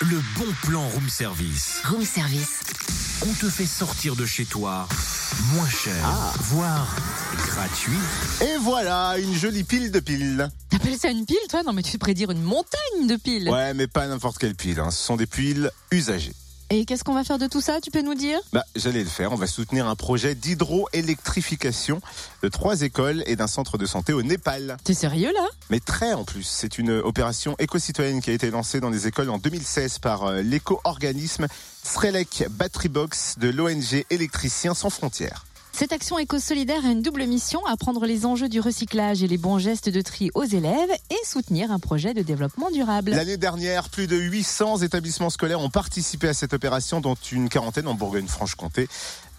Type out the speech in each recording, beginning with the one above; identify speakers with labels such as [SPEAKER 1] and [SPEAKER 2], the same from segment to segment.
[SPEAKER 1] Le bon plan room service.
[SPEAKER 2] Room service.
[SPEAKER 1] On te fait sortir de chez toi moins cher, voire gratuit.
[SPEAKER 3] Et voilà, une jolie pile de piles.
[SPEAKER 4] T'appelles ça une pile, toi Non, mais tu fais prédire une montagne de piles.
[SPEAKER 3] Ouais, mais pas n'importe quelle pile. hein. Ce sont des piles usagées.
[SPEAKER 4] Et qu'est-ce qu'on va faire de tout ça Tu peux nous dire
[SPEAKER 3] Bah, j'allais le faire. On va soutenir un projet d'hydroélectrification de trois écoles et d'un centre de santé au Népal.
[SPEAKER 4] T'es sérieux là
[SPEAKER 3] Mais très en plus, c'est une opération éco-citoyenne qui a été lancée dans les écoles en 2016 par euh, l'éco-organisme Srelec Battery Box de l'ONG Électriciens sans frontières.
[SPEAKER 4] Cette action éco-solidaire a une double mission apprendre les enjeux du recyclage et les bons gestes de tri aux élèves et soutenir un projet de développement durable.
[SPEAKER 3] L'année dernière, plus de 800 établissements scolaires ont participé à cette opération, dont une quarantaine en Bourgogne-Franche-Comté.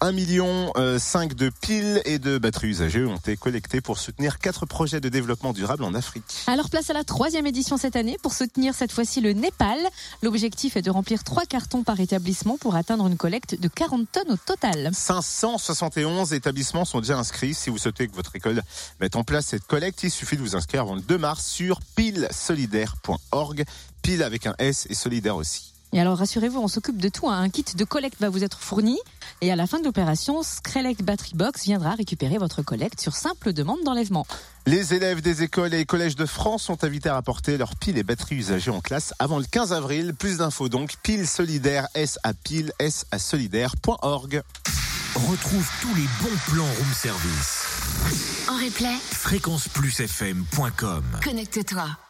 [SPEAKER 3] 1,5 million euh, cinq de piles et de batteries usagées ont été collectées pour soutenir quatre projets de développement durable en Afrique.
[SPEAKER 4] Alors place à la troisième édition cette année pour soutenir cette fois-ci le Népal. L'objectif est de remplir trois cartons par établissement pour atteindre une collecte de 40 tonnes au total.
[SPEAKER 3] 571 établissements sont déjà inscrits. Si vous souhaitez que votre école mette en place cette collecte, il suffit de vous inscrire avant le 2 mars sur pilesolidaire.org, pile avec un S et solidaire aussi.
[SPEAKER 4] Et alors rassurez-vous, on s'occupe de tout. hein. Un kit de collecte va vous être fourni et à la fin de l'opération, Skrelec Battery Box viendra récupérer votre collecte sur simple demande d'enlèvement.
[SPEAKER 3] Les élèves des écoles et collèges de France sont invités à rapporter leurs piles et batteries usagées en classe avant le 15 avril. Plus d'infos donc, pile solidaire, S à pile, S à solidaire.org.
[SPEAKER 1] Retrouve tous les bons plans room service.
[SPEAKER 2] En replay,
[SPEAKER 1] Fréquenceplusfm.com
[SPEAKER 2] connecte-toi.